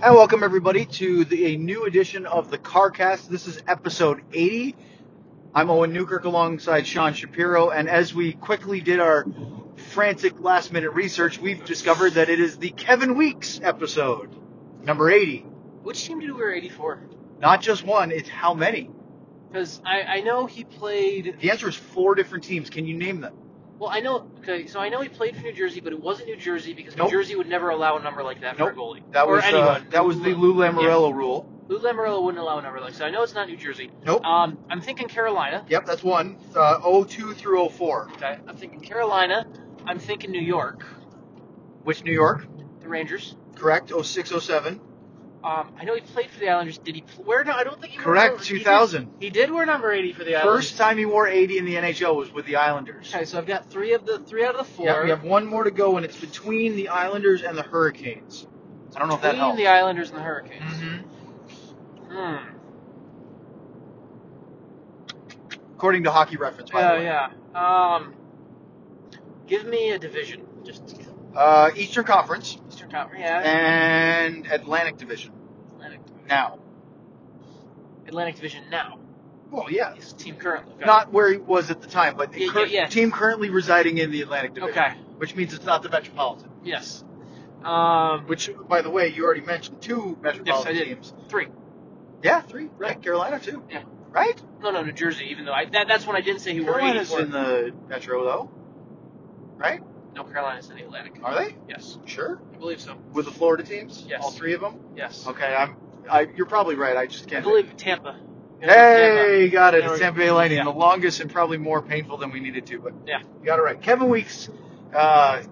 And welcome everybody to the, a new edition of the CarCast. This is episode 80. I'm Owen Newkirk alongside Sean Shapiro, and as we quickly did our frantic last minute research, we've discovered that it is the Kevin Weeks episode, number 80. Which team did we wear 84? Not just one, it's how many? Because I, I know he played. The answer is four different teams. Can you name them? Well, I know. Okay, so I know he played for New Jersey, but it wasn't New Jersey because Nope. New Jersey would never allow a number like that for a goalie. That or was, uh, anyone. that was the Lou Lamorello rule. Lou Lamoriello wouldn't allow a number like that. So I know it's not New Jersey. Nope. Um, I'm thinking Carolina. Yep, that's one. Uh, 02 through 04. Okay. I'm thinking Carolina. I'm thinking New York. Which New York? The Rangers. Correct. 06, 07. Um, I know he played for the Islanders. Did he pl- wear? No, I don't think he wore Correct, number- he did- 2000. He did wear number 80 for the Islanders. First time he wore 80 in the NHL was with the Islanders. Okay, so I've got three of the three out of the four. Yeah, we have one more to go, and it's between the Islanders and the Hurricanes. I don't know if that between helps. Mm-hmm. the Islanders and the Hurricanes. Mhm. Hmm. According to Hockey Reference, by Yeah, the way. yeah. Um, give me a division, just Uh, Eastern Conference Eastern Conference. Yeah, and Atlantic Division Atlantic. now. Atlantic Division now. Well, yeah. His team currently. Okay. Not where he was at the time, but the Yeah, cur- yeah, yeah. team currently residing in the Atlantic Division, Okay. which means it's not the Metropolitan. Yes. Um. Which, by the way, you already mentioned two Yes, I Metropolitan did. teams. Three. Yeah, three. Right, Carolina too. Yeah. Right. No, no, New Jersey. Even though I that, that's when I didn't say he wore Carolina's 84. in the Metro though. Right? No, Carolina's in the Atlantic. Are they? Yes, Sure. I believe so. With the Florida teams? Yes. All three of them? Yes. Okay, I'm. I, you're probably right. I just I can't. believe Tampa. hey, you got it. Yeah, It's we're- Tampa Bay Lightning. yeah. The longest and probably more painful than we needed to, but Yeah. you got it right. Kevin Weeks, uh,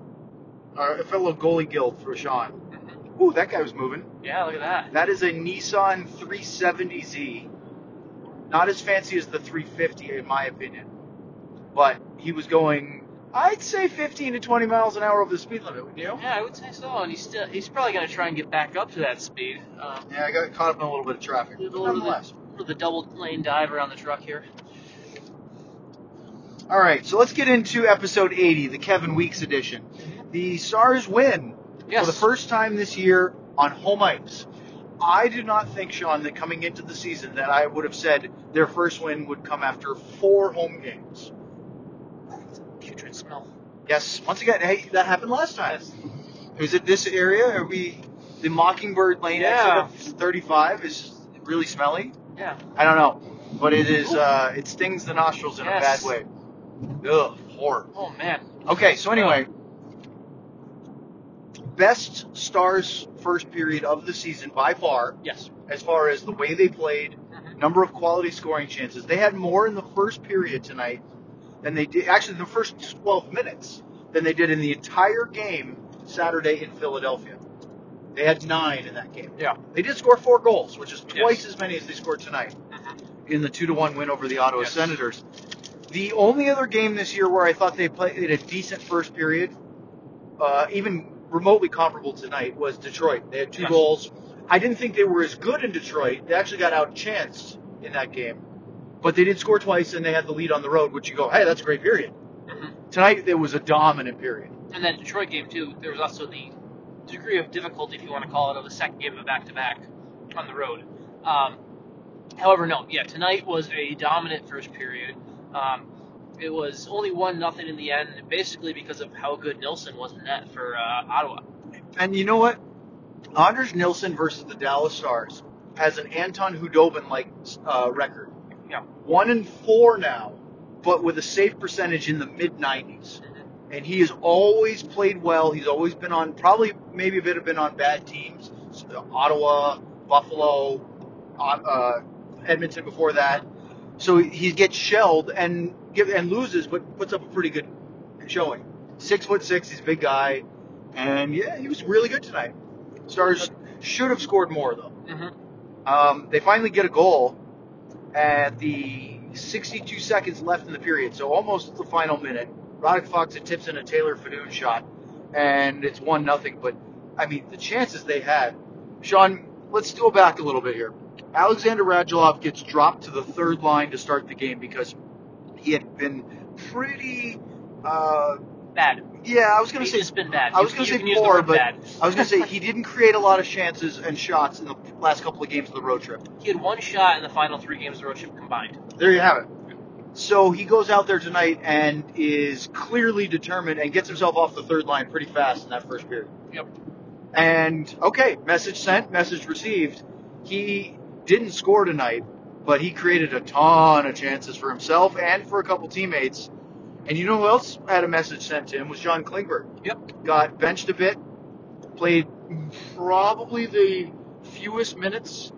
our fellow goalie guild for Sean. Mhm. Ooh, that guy was moving. Yeah, look at that. That is a Nissan 370Z. Not as fancy as the 350, in my opinion, but he was going. I'd say 15 to 20 miles an hour over the speed limit, wouldn't you? Yeah, I would say so. And he's still he's probably gonna try and get back up to that speed. Um, Yeah, I got caught up in a little bit of traffic. A little bit of the- Nonetheless. little bit of the double lane dive around the truck here. All right, so let's get into episode 80, the Kevin Weeks edition. The Stars win Mm-hmm. Yes. for the first time this year on home ice. I do not think, Sean, that coming into the season that I would have said their first win would come after four home games. putrid smell. Yes, once again, hey, that happened last time. Yes. It was at this area. Are we the Mockingbird Lane Yeah. exit of 35 is really smelly. Yeah. I don't know, but it is. Uh, it stings the nostrils in Yes. a bad way. Ugh, horror. Oh man. Okay, so anyway, best Stars first period of the season by far, Yes. as far as the way they played, Uh-huh. number of quality scoring chances. They had more in the first period tonight than they did, actually, the first 12 minutes than they did in the entire game Saturday in Philadelphia. They had nine in that game. Yeah. They did score four goals, which is Yes. twice as many as they scored tonight in the two to one win over the Ottawa Yes. Senators. The only other game this year where I thought they played a decent first period, uh, even remotely comparable tonight, was Detroit. They had two Yes. goals. I didn't think they were as good in Detroit. They actually got outchanced in that game, but they did score twice and they had the lead on the road, which you go, hey, that's a great period. Mm-hmm. Tonight it was a dominant period. And that Detroit game too. There was also the degree of difficulty, if you want to call it, of the second game of a back-to-back on the road. Um, however, no. Yeah, tonight was a dominant first period. Um, it was only one nothing in the end, basically because of how good Nilsson was in that for uh, Ottawa. And you know what? Anders Nilsson versus the Dallas Stars has an Anton Hudobin like uh, record. Yeah. one in four now, but with a safe percentage in the mid 90s. And he has always played well. He's always been on probably maybe a bit have been on bad teams, so the Ottawa, Buffalo, uh, uh, Edmonton before that. So he gets shelled and give, and loses, but puts up a pretty good showing. Six foot six, he's a big guy, and yeah, he was really good tonight. Stars should have scored more though. Mm-hmm. Um, they finally get a goal at the 62 seconds left in the period, so almost the final minute. Roddick Fox it tips in a Taylor Fadoon shot, and it's one nothing. But I mean, the chances they had. Sean, let's go back a little bit here. Alexander Radulov gets dropped to the third line to start the game because he had been pretty uh, bad. Yeah, I was going to He's say just been bad. I was You- gonna you say can use the poor, word but bad. I was going to say he didn't create a lot of chances and shots in the last couple of games of the road trip. he had one shot in the final three games of the road trip combined. There you have it. So he goes out there tonight and is clearly determined and gets himself off the third line pretty fast in that first period. Yep. And okay, message sent, message received. He didn't score tonight, but he created a ton of chances for himself and for a couple teammates. And you know who else had a message sent to him was John Klingberg. Yep. Got benched a bit, played probably the fewest minutes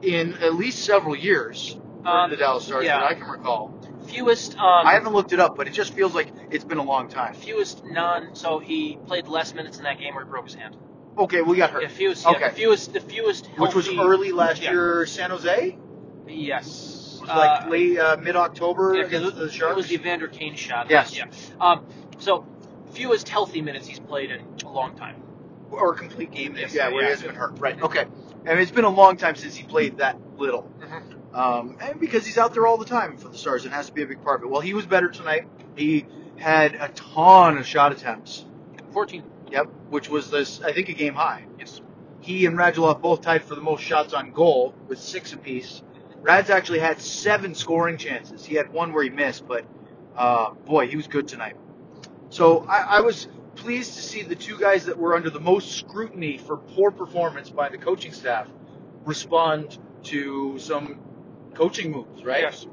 in at least several years for Um, the Dallas Stars yeah. that I can recall. Fewest. Um, I haven't looked it up, but it just feels like it's been a long time. Fewest non. So he played less minutes in that game where he broke his hand. Okay, we got hurt, Yeah, fewest. yeah, Okay. the fewest. The fewest. Healthy, which was early last yeah. year. San Jose Yes. It was like Uh, late uh, mid October yeah, 'cause against the It was Sharks. the Evander Kane shot. Yes. Yeah. Um, so fewest healthy minutes he's played in a long time. or a complete game. Yes, yeah, where yeah. he hasn't been hurt. Right. Okay. I mean, it's been a long time since he played that little. Mm-hmm. Um, and because he's out there all the time for the Stars, it has to be a big part of it. Well, he was better tonight. He had a ton of shot attempts. Fourteen. Yep. Which was this, I think, a game high. Yes. He and Radulov both tied for the most shots on goal with six apiece. Rad's actually had seven scoring chances. He had one where he missed, but uh, boy, he was good tonight. So I, I was pleased to see the two guys that were under the most scrutiny for poor performance by the coaching staff respond to some coaching moves, right? Yes.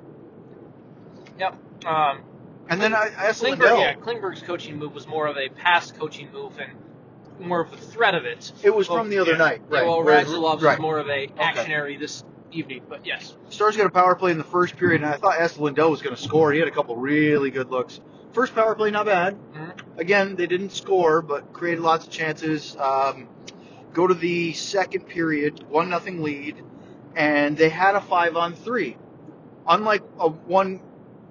Yep. Um, And then I, I asked Klingberg, Lindell. yeah, Klingberg's coaching move was more of a past coaching move and more of the threat of it. It was Well, from the other yeah. night, Yeah, right? well, where- Radulov's right. is more of a actionary this evening, but yes. Stars got a power play in the first period, and I thought Estelindell was going to score. He had a couple really good looks. First power play, not bad. Mm-hmm. Again, they didn't score, but created lots of chances. Um, go to the second period, one nothing lead, and they had a five on three. Unlike a one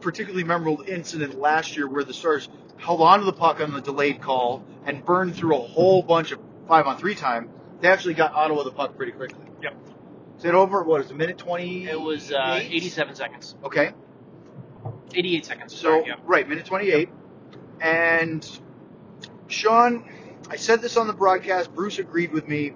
particularly memorable incident last year where the Stars held on to the puck on the delayed call and burned through a whole bunch of five on three time, they actually got Ottawa the puck pretty quickly. Yep. Is it over? What is it? Minute twenty? It was uh, 87 seconds, Okay. 88 seconds. So sorry, yeah. right, minute twenty-eight, and Sean, I said this on the broadcast. Bruce agreed with me.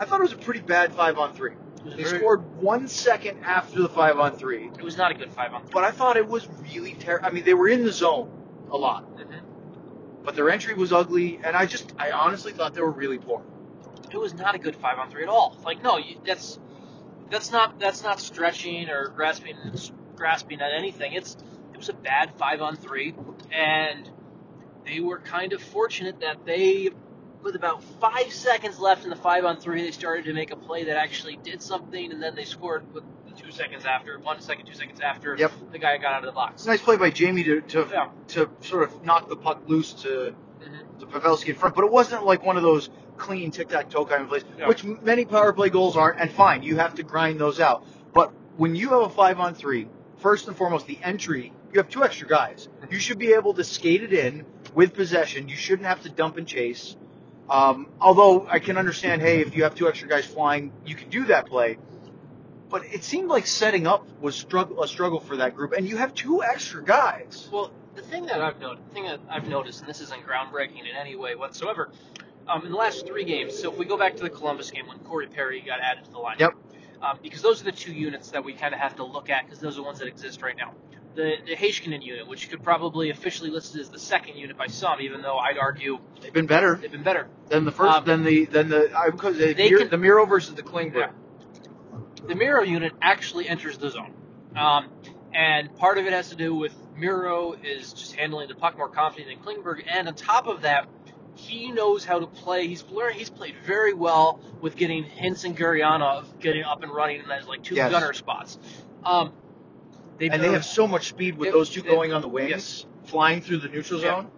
I thought it was a pretty bad five on three. It was, They very- scored one second after the five on three, it was not a good five on 3 but I thought it was really terrible. I mean, they were in the zone a lot, Mhm. but their entry was ugly, and I just, I honestly thought they were really poor. It was not a good five on three at all. Like no, you, that's that's not that's not stretching or grasping grasping at anything. It's it was a bad five on three, and they were kind of fortunate that they, with about five seconds left in the five on three, they started to make a play that actually did something, and then they scored with two seconds after, one second, two seconds after Yep. the guy got out of the It's box. a nice play by Jamie to to, Yeah. to sort of knock the puck loose to Mhm. to Pavelski in front, but it wasn't like one of those clean tic tac toe kind of plays, Yeah. which m- many power play goals aren't, and fine, you have to grind those out. But when you have a five on three, first and foremost, the entry, you have two extra guys. You should be able to skate it in with possession. You shouldn't have to dump and chase. Um, although I can understand, hey, if you have two extra guys flying, you can do that play. But it seemed like setting up was struggle, a struggle for that group, and you have two extra guys. Well, the thing that I've noticed, the thing that I've noticed, and this isn't groundbreaking in any way whatsoever, um, in the last three games. So if we go back to the Columbus game when Corey Perry got added to the lineup, Yep. um, because those are the two units that we kind of have to look at because those are the ones that exist right now. The the Heiskanen unit, which could probably officially listed as the second unit by some, even though I'd argue They've been better they've been better. than the first, Um, than the than the I because the, they Mir- can- the Miro versus the Klingberg. Yeah. The Miro unit actually enters the zone, um, and part of it has to do with Miro is just handling the puck more confidently than Klingberg, and on top of that, he knows how to play. He's learned. He's played very well with getting Hinson Gurionov getting up and running in those like two Yes. gunner spots. Um, they've and they have so much speed with They- those two they- going on the wings, yes. flying through the neutral Yeah. zone.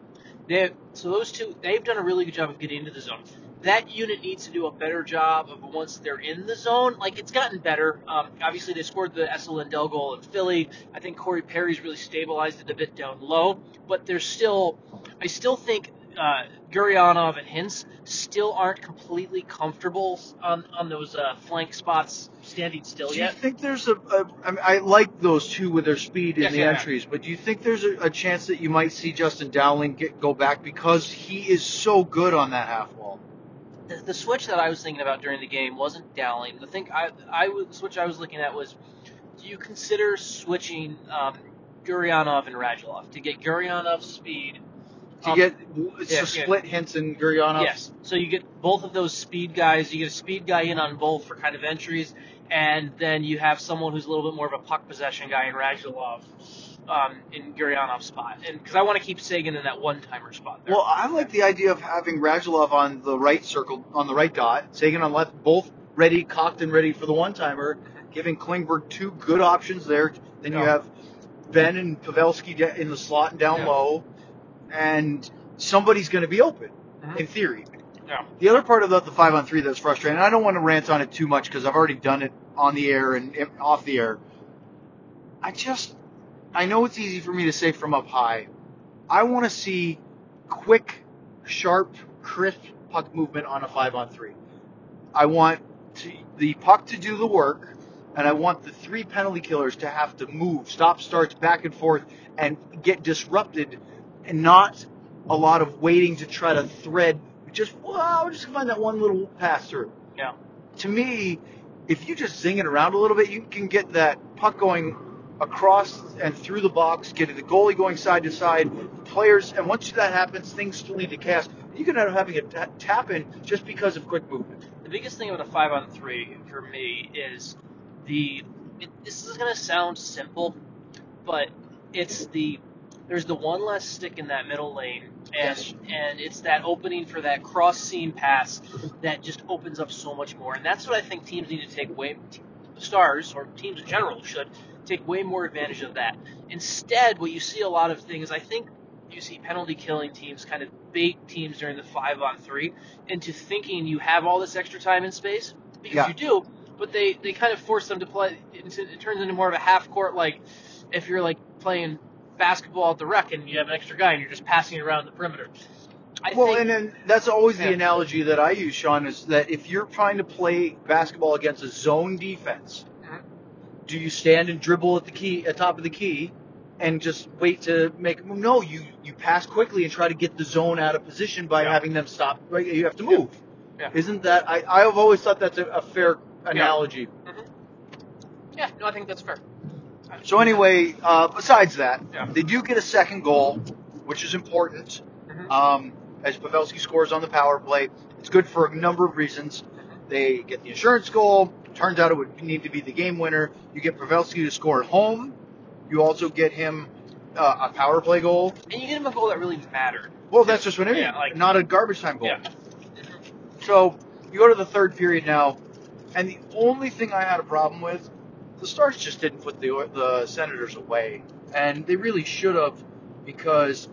They so those two, they've done a really good job of getting into the zone. That unit needs to do a better job of once they're in the zone. Like it's gotten better. Um, obviously, they scored the Essel Lindell goal in Philly. I think Corey Perry's really stabilized it a bit down low, but there's still, I still think uh, Gurionov and Hintz still aren't completely comfortable on on those uh, flank spots standing still Do you yet. think there's a, a I, mean, I like those two with their speed in Yes, the yeah. entries, but do you think there's a, a chance that you might see Justin Dowling get, go back because he is so good on that half wall? the, the switch that I was thinking about during the game wasn't Dowling. The thing I I was the switch I was looking at was, do you consider switching um, Gurionov and Radulov to get Gurionov's speed? To up- get it's Um, yeah, a yeah. split Henson Gurionov. Yes. So you get both of those speed guys. You get a speed guy in on both for kind of entries, and then you have someone who's a little bit more of a puck possession guy in Radulov, um, in Gurionov's spot. And because I want to keep Sagan in that one timer spot there. Well, I like the idea of having Radulov on the right circle, on the right dot, Sagan on left, both ready, cocked and ready for the one timer, giving Klingberg two good options there. Then you Yeah. have Ben and Pavelski da- in the slot and down Yeah. low, and somebody's going to be open, Mhm. in theory. Yeah. The other part about the five on three that's frustrating, and I don't want to rant on it too much because I've already done it on the air and and off the air. I just, I know it's easy for me to say from up high. I want to see quick, sharp, crisp puck movement on a five on three. I want to, the puck to do the work, and I want the three penalty killers to have to move, stop starts back and forth, and get disrupted, and not a lot of waiting to try to thread. Just wow, we're just gonna find that one little pass through. Yeah. To me, if you just zing it around a little bit, you can get that puck going across and through the box, getting the goalie going side to side. Players, and once that happens, things still need to cast. You can end up having a ta- tap in just because of quick movement. The biggest thing about a five on three for me is the. It, this is going to sound simple, but it's the. There's the one less stick in that middle lane, and Yes. and it's that opening for that cross seam pass that just opens up so much more, and that's what I think teams need to take way. Stars or teams in general should take way more advantage of that. Instead, what you see a lot of things, I think you see penalty killing teams kind of bait teams during the five on three into thinking you have all this extra time and space because Yeah. you do, but they, they kind of force them to play. Into, it turns into more of a half court like if you're like playing basketball at the rec and you have an extra guy and you're just passing it around the perimeter. I Well, think and then that's always the Yeah. analogy that I use, Sean, is that if you're trying to play basketball against a zone defense, Mhm. do you stand and dribble at the key, at top of the key, and just wait to make a move? No, you you pass quickly and try to get the zone out of position by Yeah. having them stop. Right, you have to Yeah. move. Yeah. Isn't that? I I've always thought that's a, a fair analogy. yeah, no, I think that's fair. So anyway, uh, besides that, Yeah. they do get a second goal, which is important. Mhm. Um, as Pavelski scores on the power play, it's good for a number of reasons. They get the insurance goal. Turns out it would need to be the game winner. You get Pavelski to score at home. You also get him uh, a power play goal. And you get him a goal that really mattered. Well, that's just what I mean. Yeah, like- Not a garbage time goal. Yeah. So you go to the third period now, and the only thing I had a problem with, the Stars just didn't put the the Senators away, and they really should have, because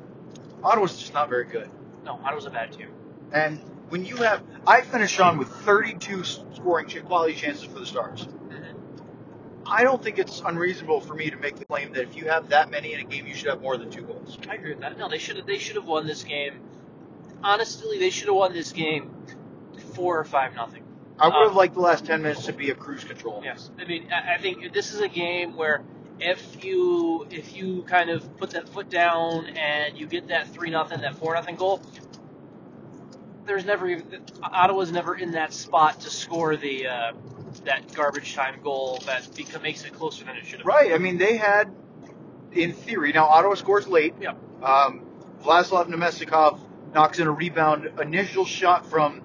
Ottawa's just not very good. No, I was a bad team. And when you have, I finished on with 32 scoring ch- quality chances for the Stars. Mhm. I don't think it's unreasonable for me to make the claim that if you have that many in a game, you should have more than two goals. I agree with that. No, they should have. They should have won this game. Honestly, they should have won this game four or five nothing. I would have Um, liked the last 10 minutes to be a cruise control. Yes, I mean, I I think this is a game where if you if you kind of put that foot down and you get that three nothing, that four nothing goal, there's never even Ottawa's never in that spot to score the uh, that garbage time goal that beca- makes it closer than it should have. Right. I mean, they had, in theory, now Ottawa scores late. been. Yeah, Um, Vladislav Nemestikov knocks in a rebound, initial shot from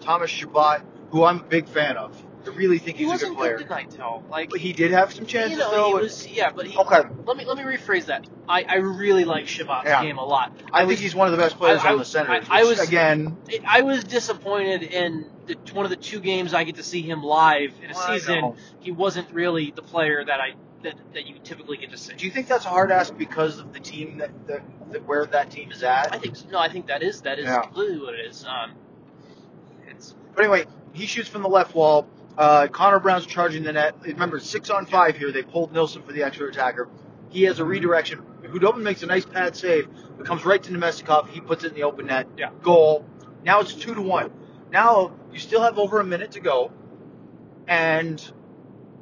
Thomas Shabbat, who I'm a big fan of. I really think he he's a good wasn't player. good tonight though. Like But he did have some chances, you know, though. he was yeah, but he. okay. Let me let me rephrase that. I, I really like Shabbat's Yeah. game a lot. I was- think he's one of the best players I- I- on the Senators. I- I which, was- again. it- I was disappointed in the, one of the two games I get to see him live in a I season. know. He wasn't really the player that I that, that you typically get to see. Do you think that's a hard ask because of the team that, that, that where that team is I at? think so. no. I think that is that is Yeah. completely what it is. Um, it's But anyway, he shoots from the left wall. Uh, Connor Brown's charging the net. Remember, six on five here. They pulled Nilsson for the extra attacker. He has a redirection. Hudobin makes a nice pad save. It comes right to Nemestikov. He puts it in the open net. Yeah. Goal. Now it's two to one. Now you still have over a minute to go, and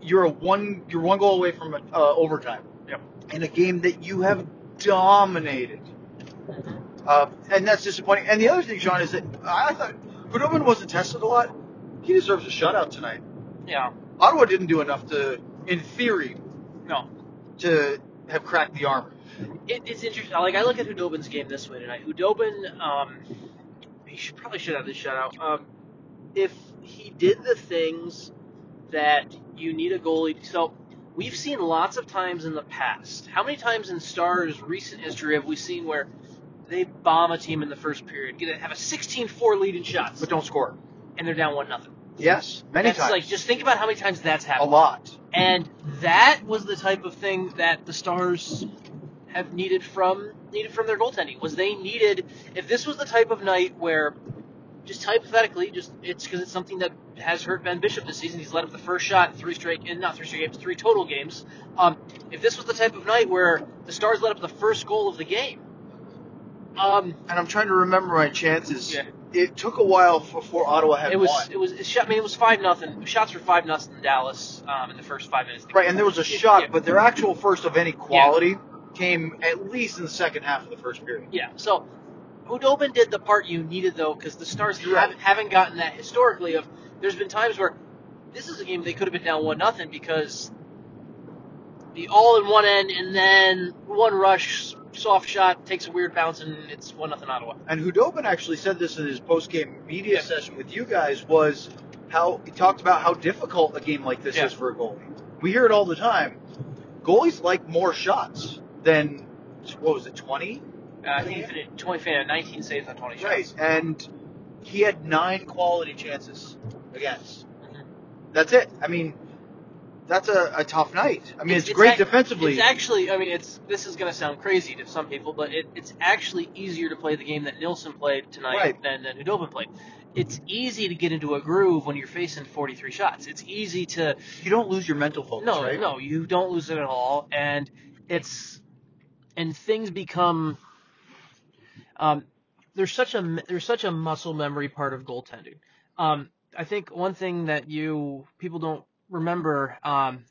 you're a one you're one goal away from uh, overtime. Yep. In a game that you have dominated. Uh, and that's disappointing. And the other thing, Sean, is that I thought Hudobin wasn't tested a lot. He deserves a shutout tonight. Yeah. Ottawa didn't do enough to, in theory, No. to have cracked the armor. It, it's interesting. Like I look at Hudobin's game this way tonight. Hudobin, um, he should probably should have this shutout. Um, if he did the things that you need a goalie, so we've seen lots of times in the past. How many times in Stars' recent history have we seen where they bomb a team in the first period, get a, have a 16-4 lead in shots, but don't score. and they're down one nothing? Yes, many that's times. Like just think about how many times that's a happened. lot. And that was the type of thing that the Stars have needed from needed from their goaltending was they needed if this was the type of night where just hypothetically just it's because it's something that has hurt Ben Bishop this season he's let up the first shot in three straight in not three straight games three total games um, if this was the type of night where the Stars let up the first goal of the game um, And I'm trying to remember my chances. Yeah. It took a while before Ottawa had it was won. it was it shot, I mean it was five nothing shots were five nothing in Dallas um, in the first five minutes of the Right, and there was a shot, Yeah. but their actual first of any quality came at least in the second half of the first period. Yeah. So Hudobin did the part you needed though, because the Stars You're right. haven't, haven't gotten that historically. Of there's been times where this is a game they could have been down one nothing because the all in one end and then one rush soft shot takes a weird bounce and it's one nothing Ottawa. Uh, And Hudobin actually said this in his post-game media Yeah. session with you guys was how he talked about how difficult a game like this Yeah. is for a goalie. We hear it all the time. Goalies like more shots than what was it, twenty? Uh, I think he finished 20, finished 19 saves on 20 shots. Right. And he had nine quality chances against. Mhm. That's it. I mean, that's a, a tough night. I mean, it's, It's- it's great ac- defensively. It's actually, I mean, it's this is going to sound crazy to some people, but it, it's actually easier to play the game that Nilsson played tonight Right. than than Hudobin played. It's easy to get into a groove when you're facing 43 shots. It's easy to you don't lose your mental focus, no, right? no, you don't lose it at all, and it's and things become. Um, there's such a there's such a muscle memory part of goaltending. Um, I think one thing that you people don't remember, um,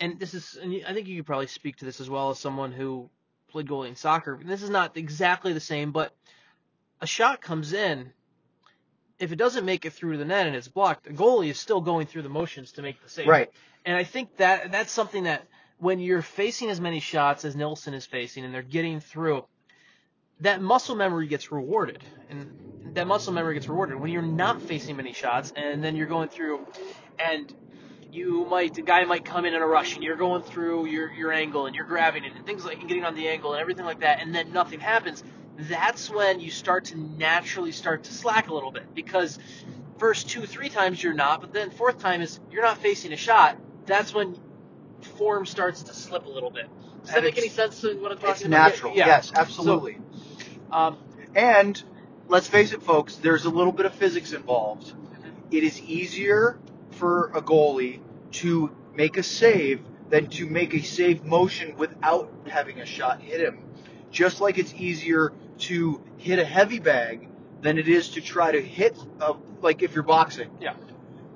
and this is, and you- I think you could probably speak to this as well as someone who played goalie in soccer. This is not exactly the same, but a shot comes in. If it doesn't make it through the net and it's blocked, the goalie is still going through the motions to make the save. Right. And I think that that's something that when you're facing as many shots as Nilsson is facing and they're getting through, that muscle memory gets rewarded. And that muscle memory gets rewarded when you're not facing many shots and then you're going through and you might the guy might come in in a rush and you're going through your, your angle and you're grabbing it and things like and getting on the angle and everything like that and then nothing happens. That's when you start to naturally start to slack a little bit because first two, three times you're not, but then fourth time is you're not facing a shot. That's when form starts to slip a little bit. Does that And make any it's- sense to what I'm talking It's about? Yeah, natural. Yeah. Yes, absolutely. Um, And let's face it, folks, there's a little bit of physics involved. It is easier for a goalie to make a save than to make a save motion without having a shot hit him. Just like it's easier to hit a heavy bag than it is to try to hit, a, like if you're boxing. Yeah.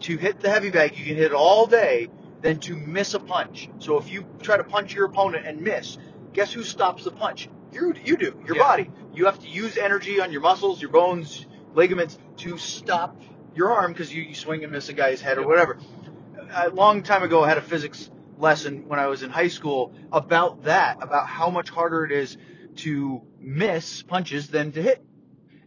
To hit the heavy bag, you can hit it all day than to miss a punch. So if you try to punch your opponent and miss, guess who stops the punch? You, you do, your Yeah. body. You have to use energy on your muscles, your bones, ligaments to stop your arm because you, you swing and miss a guy's head or whatever. A long time ago, I had a physics lesson when I was in high school about that, about how much harder it is to miss punches than to hit.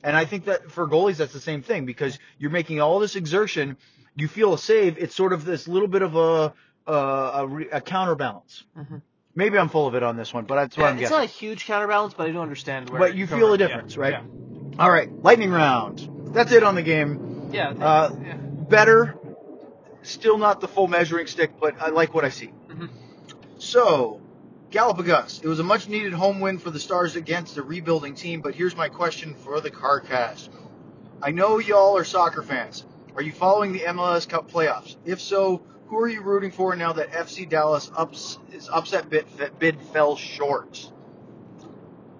And I think that for goalies, that's the same thing because you're making all this exertion. You feel a save. It's sort of this little bit of a a, a, re- a counterbalance. Mhm. Maybe I'm full of it on this one, but that's what I'm it's guessing. not a huge counterbalance, but I do understand where. But you you're feel the coming from. difference, right? Yeah. All right, lightning round. That's it on the game. Yeah. Yeah. Uh, yeah. Better, still not the full measuring stick, but I like what I see. Mhm. So, Galapagos. It was a much needed home win for the Stars against the rebuilding team, but here's my question for the CarCast. I know y'all are soccer fans. Are you following the MLS Cup playoffs? If so, who are you rooting for now that FC Dallas ups, is upset bid, bid fell short?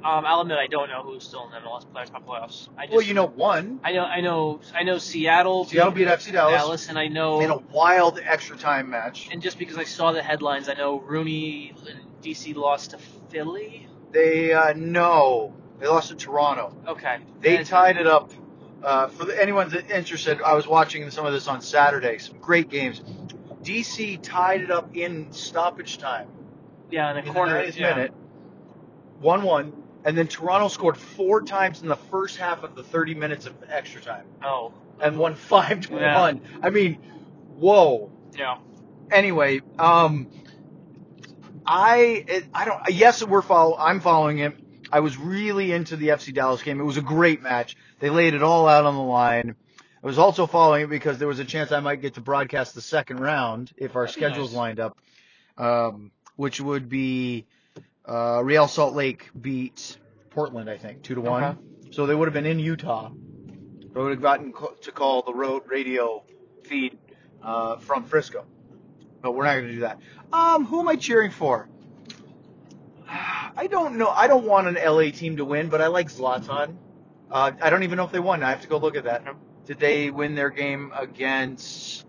Um, I'll admit I don't know who's still in the MLS Players Cup playoffs. I just Well, you know one. I know I know I know Seattle. Seattle beat FC Dallas, Dallas, and I know in a wild extra time match. and just because I saw the headlines, I know Rooney and DC lost to Philly. They uh, no, they lost to Toronto. Okay, They That's- tied it up. Uh, for the, anyone that's interested, I was watching some of this on Saturday. Some great games. DC tied it up in stoppage time. Yeah, in in a the corner. ninth yeah. minute, one-one, and then Toronto scored four times in the first half of the 30 minutes of extra time Oh, and won five to Yeah. one. I mean, whoa. yeah. Anyway, um, I it, I don't. Yes, we're follow. I'm following it. I was really into the FC Dallas game. It was a great match. They laid it all out on the line. I was also following it because there was a chance I might get to broadcast the second round if our That'd be schedules nice. lined up, um, which would be uh, Real Salt Lake beat Portland, I think, two to one. Okay. So they would have been in Utah. I would have gotten co- to call the road radio feed uh, from Frisco, but we're not going to do that. Um, who am I cheering for? I don't know. I don't want an LA team to win, but I like Zlatan. Uh, I don't even know if they won. I have to go look at that. Okay. Did they win their game against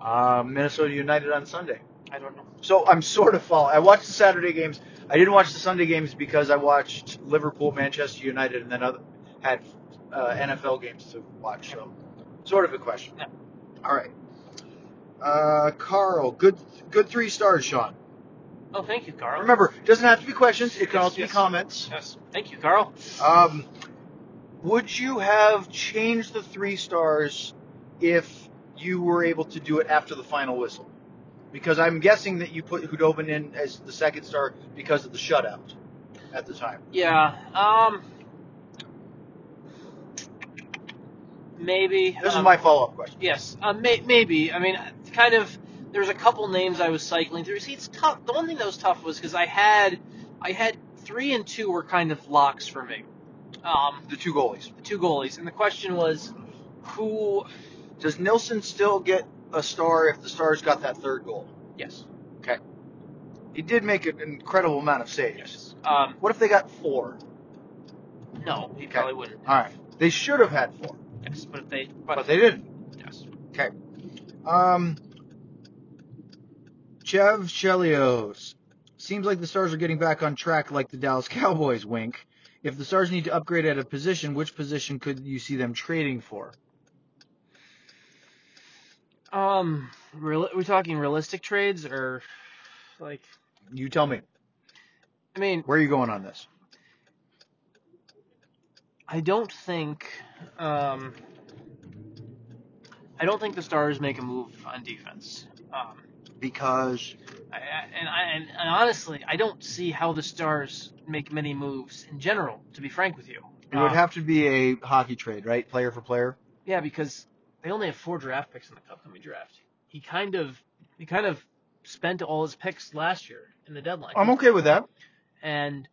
uh, Minnesota United on Sunday? I don't know. So I'm sort of following. I watched the Saturday games. I didn't watch the Sunday games because I watched Liverpool, Manchester United, and then other had uh, NFL games to watch. So sort of a question. Yeah. All right, uh, Carl, good good three stars, Sean. Oh, thank you, Carl. Remember, it doesn't have to be questions. It can Yes, also yes. be comments. Yes. Thank you, Carl. Um, would you have changed the three stars if you were able to do it after the final whistle? Because I'm guessing that you put Hudobin in as the second star because of the shutout at the time. Yeah. Um. Maybe. This is um, my follow up question. Yes, uh, may, maybe. I mean, it's kind of. There's a couple names I was cycling through. See, it's tough. The one thing that was tough was because I had, I had three and two were kind of locks for me. Um, The two goalies. the two goalies, and the question was, who? Does Nilsson still get a star if the Stars got that third goal? Yes, Okay. He did make an incredible amount of saves. yes. Um, What if they got four? no, he Okay. probably wouldn't. All right. They should have had four, Yes, but if they, but, but they didn't. yes. Okay. Um, Chev Chelios. Seems like the Stars are getting back on track like the Dallas Cowboys, wink. If the Stars need to upgrade at a position, which position could you see them trading for? Um, real, are we talking realistic trades or like? You tell me. I mean, Where are you going on this? I don't think. Um, I don't think the Stars make a move on defense. Um, Because I, I- and, I, and, and honestly, I don't see how the Stars make many moves in general. To be frank with you, it would Uh, have to be a hockey trade, right? Player for player. yeah, because they only have four draft picks in the upcoming draft. He kind of he kind of spent all his picks last year in the deadline, I'm okay with that. and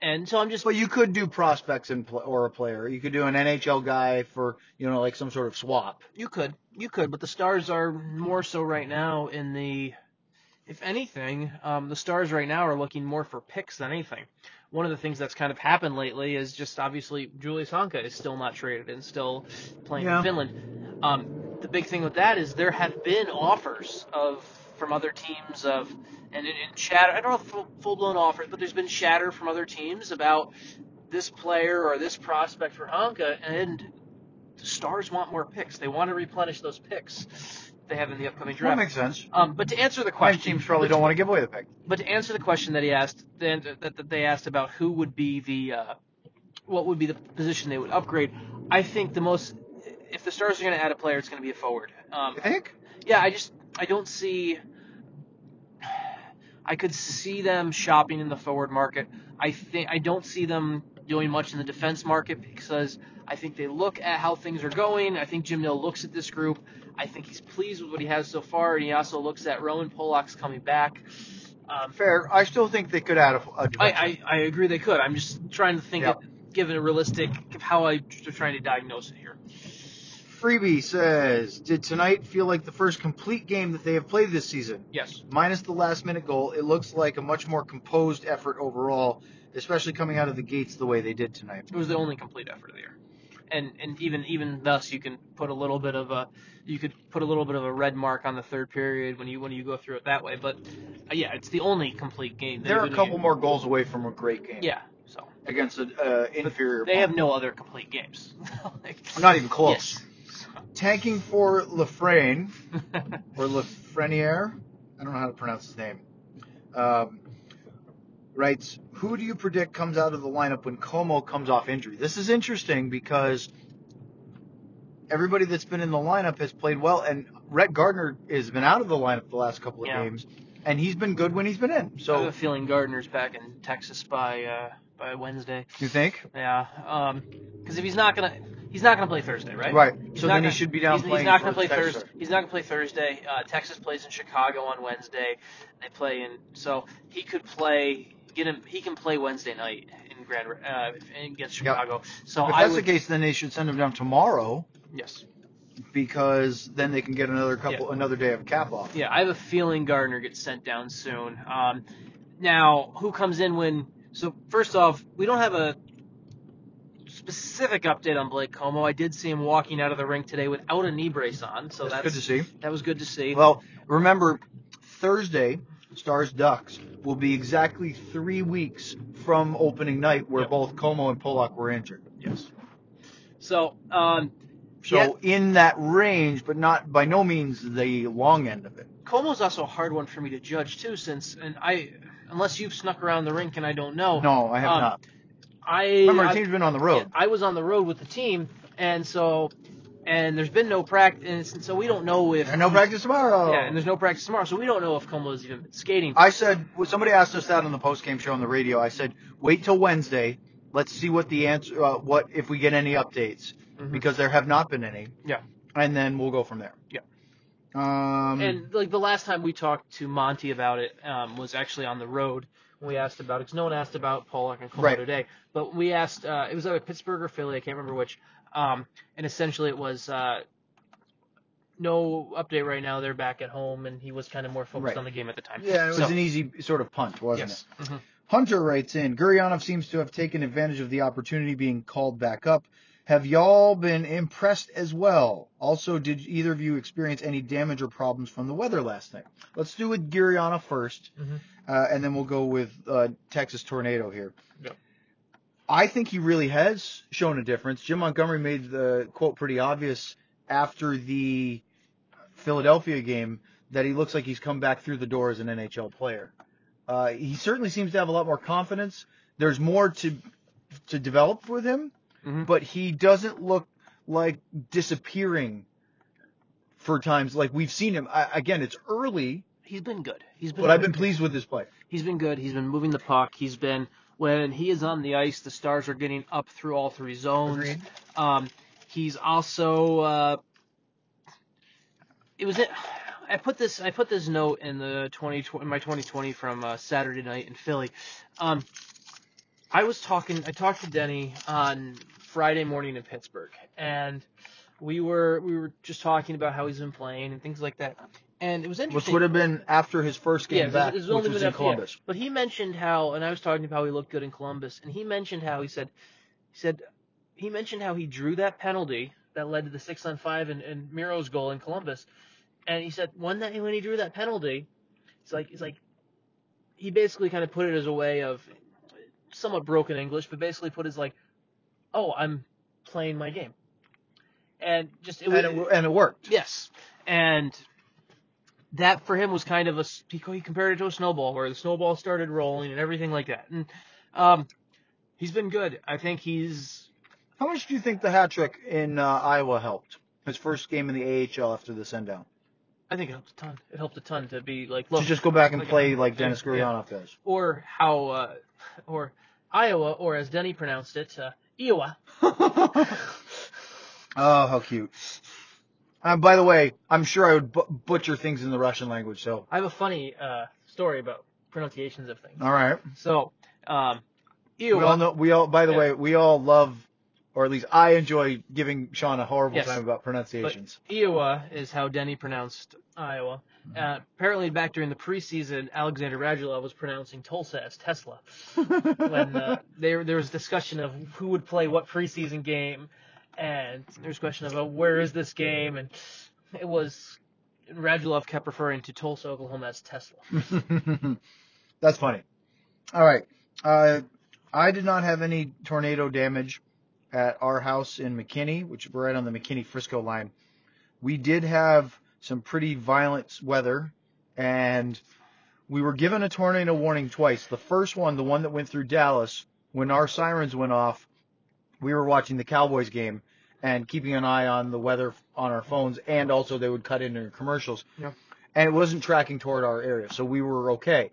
and so I'm just But you could do prospects and pl- or a player. You could do an NHL guy for you know like some sort of swap. you could you could, but the Stars are more so right now in the if anything, um, the Stars right now are looking more for picks than anything. One of the things that's kind of happened lately is just obviously Julius Honka is still not traded and still playing Yeah. for Finland. Um, the big thing with that is there have been offers of from other teams of and, and chatter. I don't know full, full blown offers, but there's been chatter from other teams about this player or this prospect for Honka, and the Stars want more picks. They want to replenish those picks they have in the upcoming That draft. makes sense. Um, but to answer the Prime question, teams probably don't want to give away the pick. but to answer the question that he asked, then that, that they asked about who would be the, uh, what would be the position they would upgrade, I think the most, if the Stars are going to add a player, it's going to be a forward. Um, You think? yeah, I just, I don't see, I could see them shopping in the forward market. I think, I don't see them doing much in the defense market because I think they look at how things are going. I think Jim Neal looks at this group. I think he's pleased with what he has so far, and he also looks at Roman Polak's coming back. Um, Fair. I still think they could add a, a defenseman. I, I, I agree they could. I'm just trying to think Yeah. it, given a realistic how I- I'm just trying to diagnose it here. Freebie says, "Did tonight feel like the first complete game that they have played this season? Yes. Minus the last-minute goal, it looks like a much more composed effort overall, especially coming out of the gates the way they did tonight." It was the only complete effort of the year. And and even even thus you can put a little bit of a you could put a little bit of a red mark on the third period when you when you go through it that way. But uh, yeah, it's the only complete game. that They're a did couple more goals away from a great game Yeah. So against an uh, inferior. they have opponent. no other complete games. Like, not even close. yes. Tanking for Lafrane or Lafreniere. I don't know how to pronounce his name. Um, writes, who do you predict comes out of the lineup when Como comes off injury? This is interesting because everybody that's been in the lineup has played well, and Rhett Gardner has been out of the lineup the last couple of Yeah. games, and he's been good when he's been in. I have So, a feeling Gardner's back in Texas by uh, by Wednesday. you think? Yeah, because if he's not gonna, he's not gonna play Thursday, right? Right. He's So not then he gonna- should be down he's, he's playing not gonna for play Texas. Thursday. He's not gonna play Thursday. Uh, Texas plays in Chicago on Wednesday. They play in, so he could play. Get him. He can play Wednesday night in Grand uh, against Yep. Chicago. So If I that's would. the case, then they should send him down tomorrow Yes. because then they can get another couple, another day of cap off. Yeah, I have a feeling Gardner gets sent down soon. Um, now, who comes in when? So first off, we don't have a specific update on Blake Como. I did see him walking out of the rink today without a knee brace on, so That's that's, good to see. that was good to see. Well, remember, Thursday, Stars Ducks will be exactly three weeks from opening night where Yep. both Como and Pollock were injured. yes. So, um, So in that range, but not by no means the long end of it. Como's also a hard one for me to judge too, since and I, unless you've snuck around the rink and I don't know. No, I have Um, not. I Remember, the I- team's been on the road. I was on the road with the team, and so and there's been no practice, and so we don't know if And no practice tomorrow. Yeah, and there's no practice tomorrow, so we don't know if Como's even been skating. I said, well, somebody asked us that on the post game show on the radio. I said, wait till Wednesday. Let's see what the answer, uh, what if we get any updates, Mhm. because there have not been any. Yeah. And then we'll go from there. Yeah. Um, and like the last time we talked to Monty about it um, was actually on the road. We asked about it 'cause no one asked about Pollock and Cole Right. today, but we asked. Uh, it was either Pittsburgh or Philly. I can't remember which. Um, and essentially, it was uh, no update right now. They're back at home, and he was kind of more focused Right. on the game at the time. yeah, it was So, an easy sort of punt, wasn't it? yes. Mhm. Hunter writes in, Gurionov seems to have taken advantage of the opportunity being called back up. Have y'all been impressed as well? Also, did either of you experience any damage or problems from the weather last night? Let's do with Gurionov 1st Mhm. uh, and then we'll go with uh, Texas Tornado here. Yep. I think he really has shown a difference. Jim Montgomery made the quote pretty obvious after the Philadelphia game that he looks like he's come back through the door as an NHL player. Uh, he certainly seems to have a lot more confidence. There's more to to develop with him, Mhm. but he doesn't look like disappearing for times like we've seen him. I, again, it's early, He's been good. He's been. but I've good. been pleased with his play. He's been good. He's been moving the puck. He's been when he is on the ice, the stars are getting up through all three zones. Agreed. Um, he's also uh, it was it. I put this I put this note in the twenty in my twenty twenty from uh, Saturday night in Philly. Um, I was talking I talked to Denny on Friday morning in Pittsburgh, and we were we were just talking about how he's been playing and things like that. And it was Which interesting. would have been after his first game this- back, this has which only was been in up- yeah. Columbus. But he mentioned how, and I was talking about how he looked good in Columbus, and he mentioned how he said, he said, he mentioned how he drew that penalty that led to the six on five and, and Miro's goal in Columbus, and he said when that when he drew that penalty, it's like it's like, he basically kind of put it as a way of, somewhat broken English, but basically put it as like, oh, I'm playing my game, and just it was, and, it, and it worked. Yes, and that for him was kind of a s- he co- he compared it to a snowball where the snowball started rolling and everything like that. And um, he's been good. I think he's How much do you think the hat trick in uh, Iowa helped? His first game in the AHL after the send down. I think it helped a ton. It helped a ton to be like To look just go back and Like, play like Dennis yeah, yeah. Gurionov does. or how uh, or Iowa or as Denny pronounced it uh, Iowa. Oh, how cute. Uh, by the way, I'm sure I would bu- butcher things in the Russian language, so. I have a funny uh, story about pronunciations of things. All right. So um, We all Iowa. know, we all, by the Yeah. way, we all love or at least I enjoy giving Sean a horrible Yes. time about pronunciations. Iowa is how Denny pronounced Iowa. Uh, apparently, back during the preseason, Alexander Radulov was pronouncing Tulsa as Tesla. When uh, there there was discussion of who would play what preseason game, and there was question about where is this game, and it was Radulov kept referring to Tulsa, Oklahoma as Tesla. That's funny. All right. Uh, I did not have any tornado damage at our house in McKinney, which we're right on the McKinney Frisco line. We did have some pretty violent weather, and we were given a tornado warning twice. The first one, the one that went through Dallas, when our sirens went off, we were watching the Cowboys game and keeping an eye on the weather on our phones, and also they would cut in their commercials. Yeah. And it wasn't tracking toward our area, so we were okay.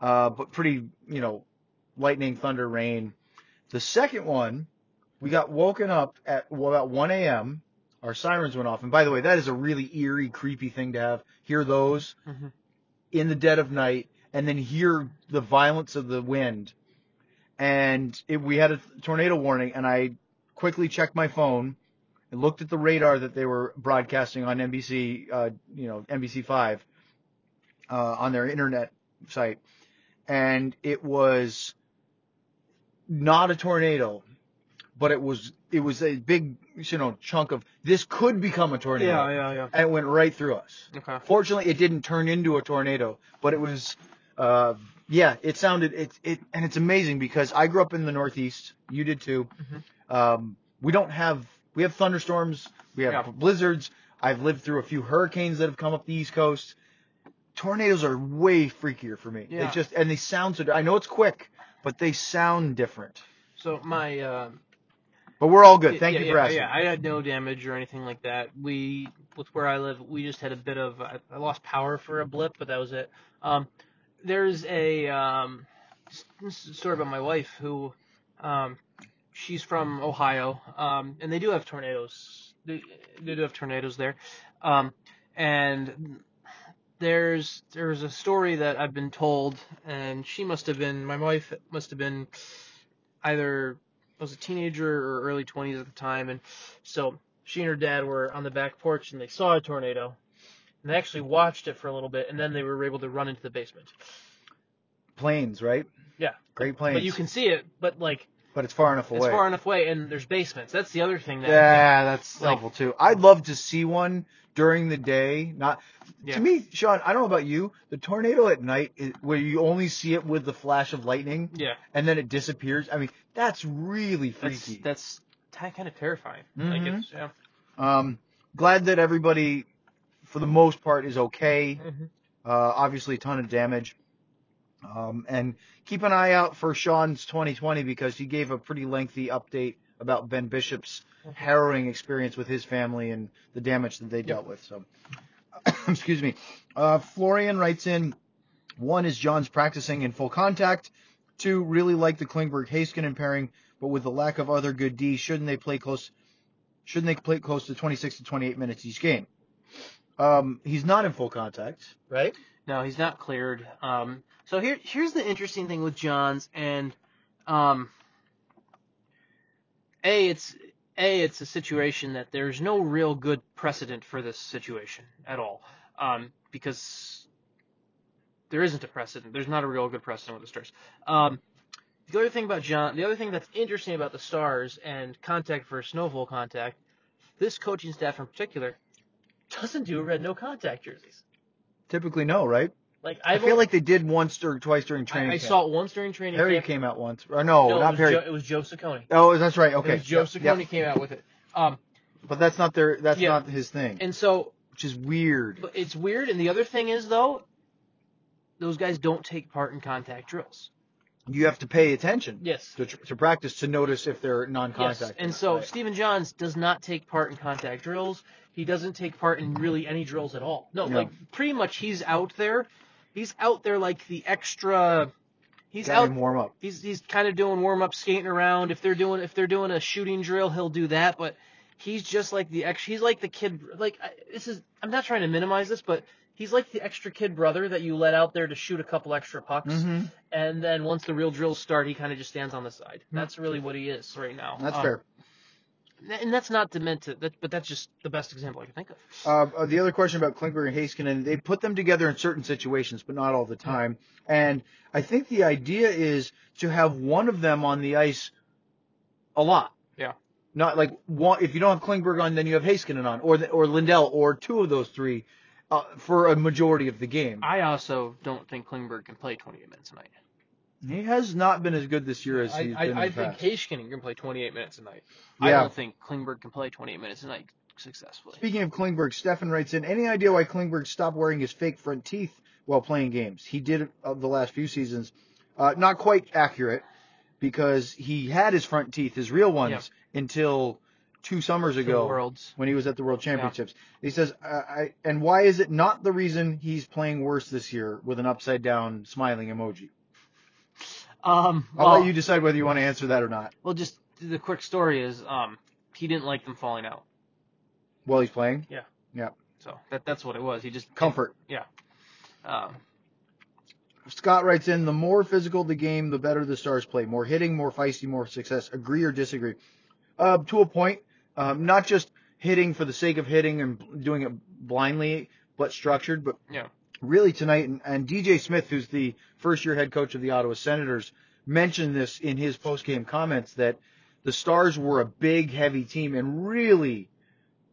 Uh, but pretty, you know, lightning, thunder, rain. The second one, we got woken up at well, about 1 a.m. Our sirens went off, and by the way, that is a really eerie, creepy thing to have. Hear those Mhm. in the dead of night, and then hear the violence of the wind. And it, we had a tornado warning, and I quickly checked my phone and looked at the radar that they were broadcasting on NBC, uh, you know, NBC Five uh, on their internet site, and it was not a tornado, but it was it was a big you know chunk of this could become a tornado, yeah, yeah. and it went right through us. Okay. Fortunately, it didn't turn into a tornado, but it was, uh, yeah, it sounded it it and it's amazing because I grew up in the Northeast. You did too. Mm-hmm. Um, we don't have we have thunderstorms, we have Yeah. blizzards. I've lived through a few hurricanes that have come up the East Coast. Tornadoes are way freakier for me. Yeah. They just and they sound so. di- I know it's quick, but they sound different. So my uh, But we're all good. Yeah, Thank yeah, you yeah, for asking. Yeah, I had no damage or anything like that. We, with where I live, we just had a bit of. I, I lost power for a blip, but that was it. Um, there's a um, s- s- story about my wife who, um, she's from Ohio, um, and they do have tornadoes. They, they do have tornadoes there, um, and there's there's a story that I've been told, and she must have been my wife must have been either I was a teenager or early 20s at the time, and so she and her dad were on the back porch and they saw a tornado, and they actually watched it for a little bit, and then they were able to run into the basement. Planes, right? Yeah, Great planes. but you can see it, but like But it's far enough away. it's far enough away, and there's basements. That's the other thing that Yeah, that's Like- helpful too. I'd love to see one during the day. Not Yeah. to me, Sean. I don't know about you. The tornado at night, is, where you only see it with the flash of lightning yeah, and then it disappears. I mean, that's really that's freaky. that's kind of terrifying. Like Mhm. it's, yeah. um, glad that everybody, for the most part, is okay. Mhm. Uh, obviously, a ton of damage. Um, and keep an eye out for Sean's 2020 because he gave a pretty lengthy update about Ben Bishop's harrowing experience with his family and the damage that they dealt with. So, excuse me. Uh, Florian writes in one is John's practicing in full contact. Two, really like the Klingberg Haskinen pairing, but with the lack of other good D, shouldn't they play close? Shouldn't they play close to 26 to 28 minutes each game? Um, he's not in full contact, right? No, he's not cleared. Um, so here, here's the interesting thing with Johns and, um, a it's a it's a situation that there's no real good precedent for this situation at all, um, because there isn't a precedent. There's not a real good precedent with the Stars. Um, the other thing about John, the other thing that's interesting about the Stars and contact versus no full contact, this coaching staff in particular doesn't do red no contact jerseys. Typically, no, right? Like I I've feel only- like they did once or twice during I, training I camp. saw it once during training Perry camp. came out once. Or no, No, it not was Perry. Joe, it was Joe Saccone. oh, that's right. Okay. It was Joe Yep, yep. Saccone came out with it. Um, But that's not their. That's Yeah. not his thing, and so which is weird. but it's weird. And the other thing is though, those guys don't take part in contact drills. You have to pay attention Yes. to, tr- to practice to notice if they're non-contact. Yes. or And not, so right. Stephen Johns does not take part in contact drills. He doesn't take part in really any drills at all. No, No. like pretty much he's out there. He's out there like the extra. He's Gotta out warm up. he's he's kind of doing warm up skating around. If they're doing if they're doing a shooting drill, he'll do that. But he's just like the ex. He's like the kid. Like I, this is. I'm not trying to minimize this, but he's like the extra kid brother that you let out there to shoot a couple extra pucks, Mhm. and then once the real drills start, he kind of just stands on the side. That's really what he is right now. Mm-hmm. That's Um, fair. and that's not meant to, that, but that's just the best example I can think of. Uh, uh, the other question about Klinkberg and Haskinen, they put them together in certain situations, but not all the time. And I think the idea is to have one of them on the ice a lot. Yeah. Not like one. If you don't have Klingberg on, then you have Haskinen on, or the, or Lindell, or two of those three, uh, for a majority of the game. I also don't think Klingberg can play 28 minutes a night. He has not been as good this year as I, he's been in I, I the think past. Haskinen can play 28 minutes a night. I Yeah. don't think Klingberg can play 28 minutes a night successfully. Speaking of Klingberg, Stefan writes in, any idea why Klingberg stopped wearing his fake front teeth while playing games? He did it of the last few seasons. Uh, not quite accurate because he had his front teeth, his real ones, until two summers Two ago worlds. when he was at the World Championships. He says, I, I, and why is it not the reason he's playing worse this year with an upside down smiling emoji? Um, I'll well, let you decide whether you want to answer that or not well, just the quick story is um, he didn't like them falling out. while he's playing. So that that's what it was. He just Comfort. Um, Scott writes in, the more physical the game, the better the Stars play. More hitting, more feisty, more success. Agree or disagree? Uh, to a point, um, not just hitting for the sake of hitting and doing it blindly, but structured. But Yeah. really tonight, and, and DJ Smith, who's the first year head coach of the Ottawa Senators, mentioned this in his post-game comments that the Stars were a big, heavy team and really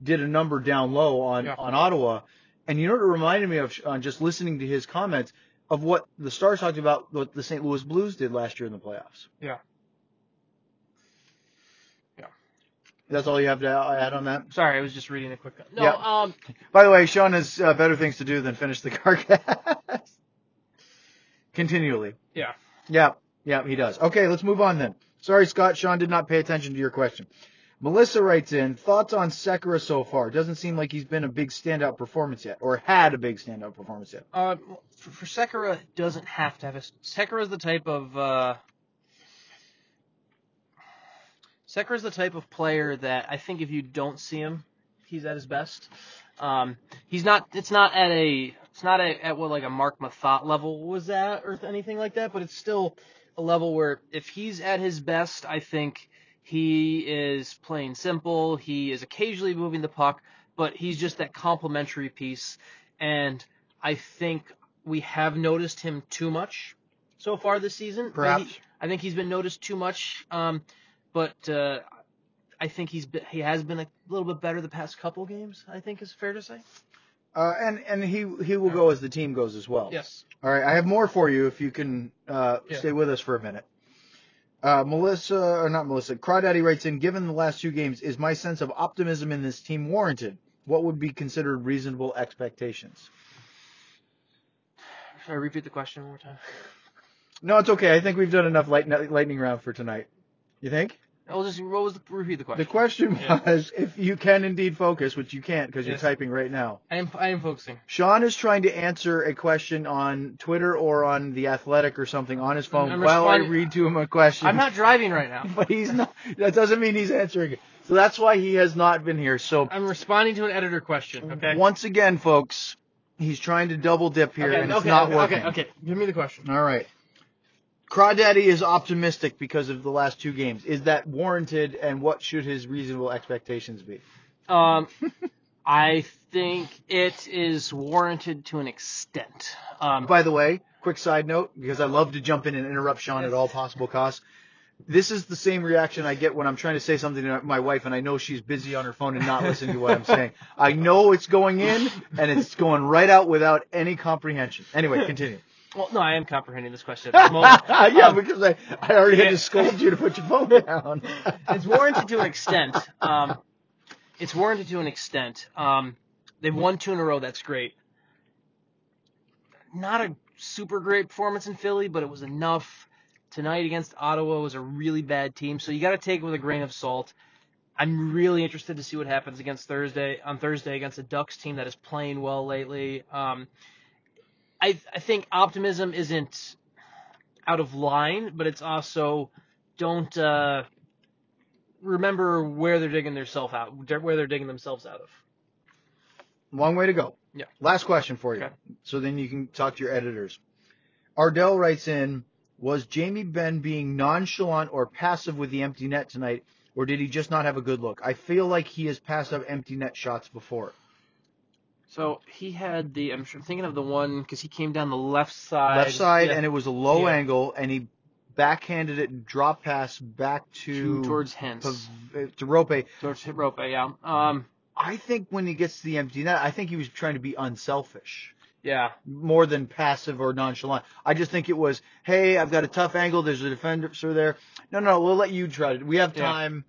did a number down low on, Yeah. on Ottawa. And you know what it reminded me of on just listening to his comments of what the Stars talked about, what the St. Louis Blues did last year in the playoffs. Yeah. Yeah. That's all you have to add on that. sorry, I was just reading a quick. No, Yeah. um, By the way, Sean has uh, better things to do than finish the carcast. Continually. Yeah. Yeah. Yeah, he does. Okay, let's move on then. Sorry, Scott. Sean did not pay attention to your question. Melissa writes in thoughts on Sekira so far. Doesn't seem like he's been a big standout performance yet, or had a big standout performance yet. uh, for, for Sekera it doesn't have to have a Sekera's the type of uh, Sekera's the type of player that I think if you don't see him, he's at his best. Um, he's not. It's not at a. It's not a, at what like a Mark Mathot level was that or anything like that. But it's still a level where if he's at his best, I think he is playing simple. He is occasionally moving the puck, but he's just that complementary piece. And I think we have noticed him too much so far this season. Perhaps. He- I think he's been noticed too much. Um, but uh, I think he's be- he has been a little bit better the past couple games. I think is fair to say. Uh, and and he he will go as the team goes as well. Yes. All right, I have more for you if you can uh, Yeah. stay with us for a minute. Uh, Melissa, or not Melissa, Crawdaddy writes in, given the last two games, is my sense of optimism in this team warranted? What would be considered reasonable expectations? Should I repeat the question one more time? No, it's okay. I think we've done enough light, lightning round for tonight. You think? I'll just what was the, repeat the question. The question Yeah. was if you can indeed focus, which you can't because you're Yes. typing right now. I am I am focusing. Sean is trying to answer a question on Twitter or on The Athletic or something on his phone I'm while I responding- read to him a question. I'm not driving right now. but he's not. That doesn't mean he's answering it. So that's why he has not been here. So I'm responding to an editor question. Okay. once again, folks, he's trying to double dip here, okay, and okay, it's not okay, working. okay, okay. Give me the question. All right. Crawdaddy is optimistic because of the last two games. Is that warranted, and what should his reasonable expectations be? Um, I think it is warranted to an extent. Um, By the way, quick side note, because I love to jump in and interrupt Sean at all possible costs. This is the same reaction I get when I'm trying to say something to my wife and I know she's busy on her phone and not listening to what I'm saying. I know it's going in and it's going right out without any comprehension. Anyway, continue. well, no, I am comprehending this question at this moment. yeah, because I, I already had um, yeah. to scold you to put your phone down. it's warranted to an extent. Um, it's warranted to an extent. Um, they've won two in a row. That's great. Not a super great performance in Philly, but it was enough. Tonight against Ottawa was a really bad team, so you got to take it with a grain of salt. I'm really interested to see what happens against Thursday on Thursday against a Ducks team that is playing well lately. Um, I I think optimism isn't out of line, but it's also don't uh, remember where they're digging themselves out, where they're digging themselves out of. Long way to go. Yeah. Last question for you. Okay. So then you can talk to your editors. Ardell writes in, was Jamie Ben being nonchalant or passive with the empty net tonight or did he just not have a good look? I feel like he has passed up empty net shots before. So he had the. I'm sure, I'm thinking of the one because he came down the left side. Left side, Uh, yeah, and it was a low Yeah. angle, and he backhanded it, drop pass back to two towards Hens. Pav- uh, to Rope. Towards Rope, yeah. Um, I think when he gets to the empty net, I think he was trying to be unselfish yeah. more than passive or nonchalant. I just think it was, hey, I've got a tough angle. There's a defender there. No, no, we'll let you try it. We have Yeah. time.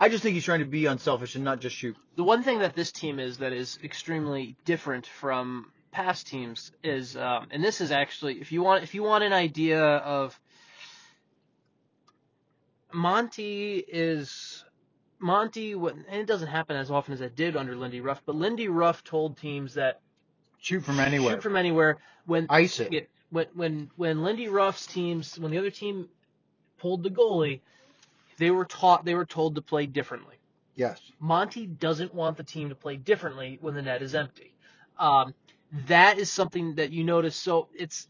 I just think he's trying to be unselfish and not just shoot. The one thing that this team is that is extremely different from past teams is, um, and this is actually, if you want, if you want an idea of Monty is Monty, wa- and it doesn't happen as often as it did under Lindy Ruff, but Lindy Ruff told teams that Shoot from anywhere. shoot from anywhere when Ice it. it- when when when Lindy Ruff's teams when the other team pulled the goalie, they were taught they were told to play differently. Yes. Monty doesn't want the team to play differently when the net is empty. Um, that is something that you notice. So it's,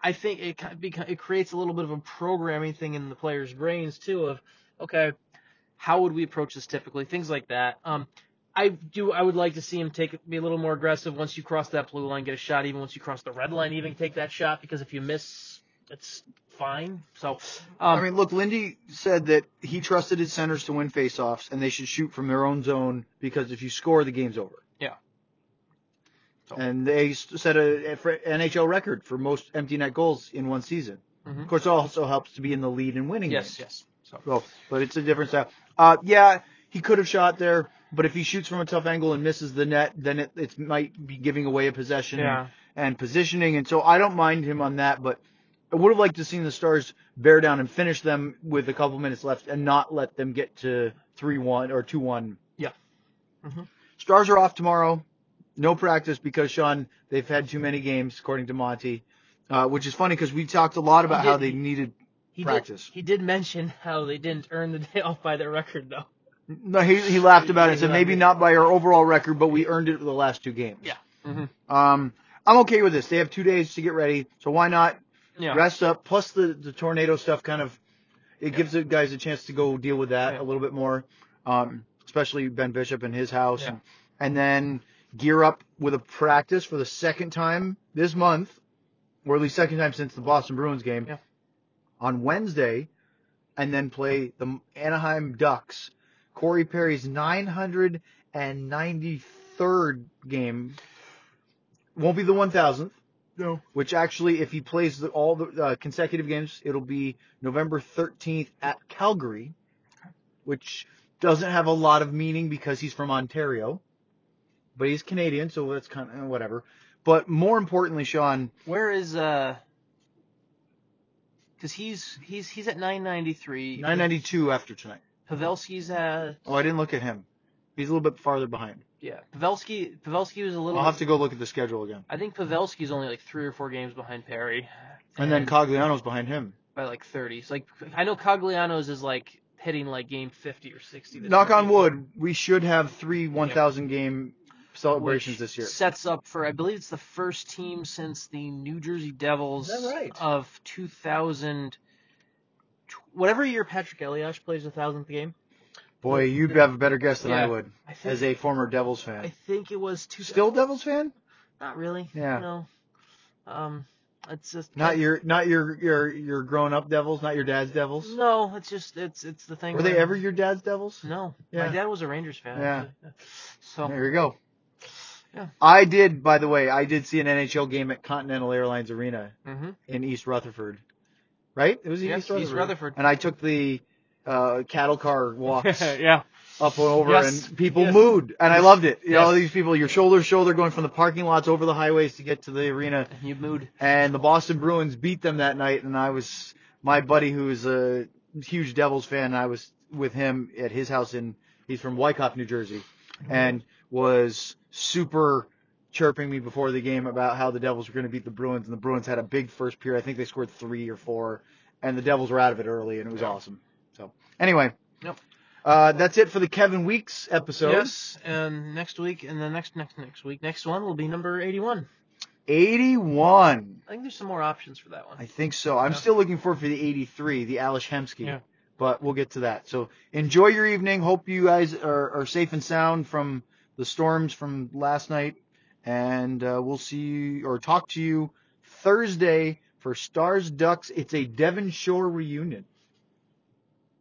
I think it kind of beco- it creates a little bit of a programming thing in the players' brains too. Of okay, how would we approach this typically? Things like that. Um, I do. I would like to see him take be a little more aggressive once you cross that blue line, get a shot. Even once you cross the red line, even take that shot because if you miss, it's fine. So, um, I mean, look, Lindy said that he trusted his centers to win faceoffs and they should shoot from their own zone because if you score, the game's over. Yeah. So- And they s- set a a fr- NHL record for most empty net goals in one season. Mhm. Of course, it also helps to be in the lead in winning games. yes, yes. So So, but it's a different style. Uh, yeah, he could have shot there, but if he shoots from a tough angle and misses the net, then it, it might be giving away a possession and- yeah, and, positioning. And so I don't mind him on that, but I would have liked to seen the Stars bear down and finish them with a couple minutes left and not let them get to 3-1 or 2-1. Yeah. Mhm. Stars are off tomorrow. No practice because Sean, they've had too many games according to Monty, uh, which is funny because we talked a lot about He how did- they needed he Practice. Did, he did mention how they didn't earn the day off by their record though. No, he, he laughed about it and He said laughed. maybe not by our overall record, but we earned it for the last two games. Yeah. Mhm. Um, I'm okay with this. They have two days to get ready, so why not Yeah. rest up? Plus the the tornado stuff kind of it gives the guys a chance to go deal with that Yeah. a little bit more. Um, especially Ben Bishop and his house, Yeah. and, and then gear up with a practice for the second time this month, or at least second time since the Boston Bruins game Yeah. on Wednesday, and then play the Anaheim Ducks. Corey Perry's 993rd game won't be the 1000th. No. Which actually, if he plays the, all the uh, consecutive games, it'll be November 13th at Calgary, which doesn't have a lot of meaning because he's from Ontario, but he's Canadian, so that's kind of whatever. But more importantly, Sean, Where is uh? Because he's he's he's at 993. 992 after tonight. Pavelski's at Oh, I didn't look at him. He's a little bit farther behind. yeah. Pavelski Pavelski was a little. I'll have to go look at the schedule again. I think Pavelski's only like three or four games behind Perry. And then Cogliano's behind him. by like 30. So like I know Cogliano's is like hitting like game 50 or 60. this Knock year. on wood, we should have three 1,000 game celebrations which this year. Sets up for I believe it's the first team since the New Jersey Devils Is that right? of 2000 whatever year Patrick Elias plays the 1000th game. Boy, you'd have a better guess than I Yeah. would I think as a former Devils fan. I think it was two Still Devils fan? not really. Yeah. No. Um it's just Not your, not your, your, your grown-up Devils, not your dad's Devils. No, it's just it's it's the thing. Were they where- ever your dad's Devils? No. Yeah. My dad was a Rangers fan. Yeah. actually. So There you go. Yeah. I did, by the way, I did see an NHL game at Continental Airlines Arena mhm. in East Rutherford. Right? It was in Yes, East Rutherford. East Rutherford. And I took the uh, cattle car walks yeah. up and over, Yes. and people Yes. moved, and I loved it. You know, Yes. all these people, your shoulder to shoulder, going from the parking lots over the highways to get to the arena. You mood. And the Boston Bruins beat them that night, and I was my buddy who's a huge Devils fan. I was with him at his house in he's from Wyckoff, New Jersey, Mm-hmm. and was super chirping me before the game about how the Devils were going to beat the Bruins, and the Bruins had a big first period. I think they scored three or four, and the Devils were out of it early, and it was Yeah. awesome. So anyway. Yep. Uh, that's it for the Kevin Weeks episode. yes, and next week, and the next next next week, next one will be number eighty-one. 81. I think there's some more options for that one. I think so. I'm Yeah. still looking forward for the 83, the Alish Hemsky. Yeah. but we'll get to that. So enjoy your evening. Hope you guys are, are safe and sound from the storms from last night. And uh, we'll see you or talk to you Thursday for Stars Ducks. It's a Devon Shore reunion.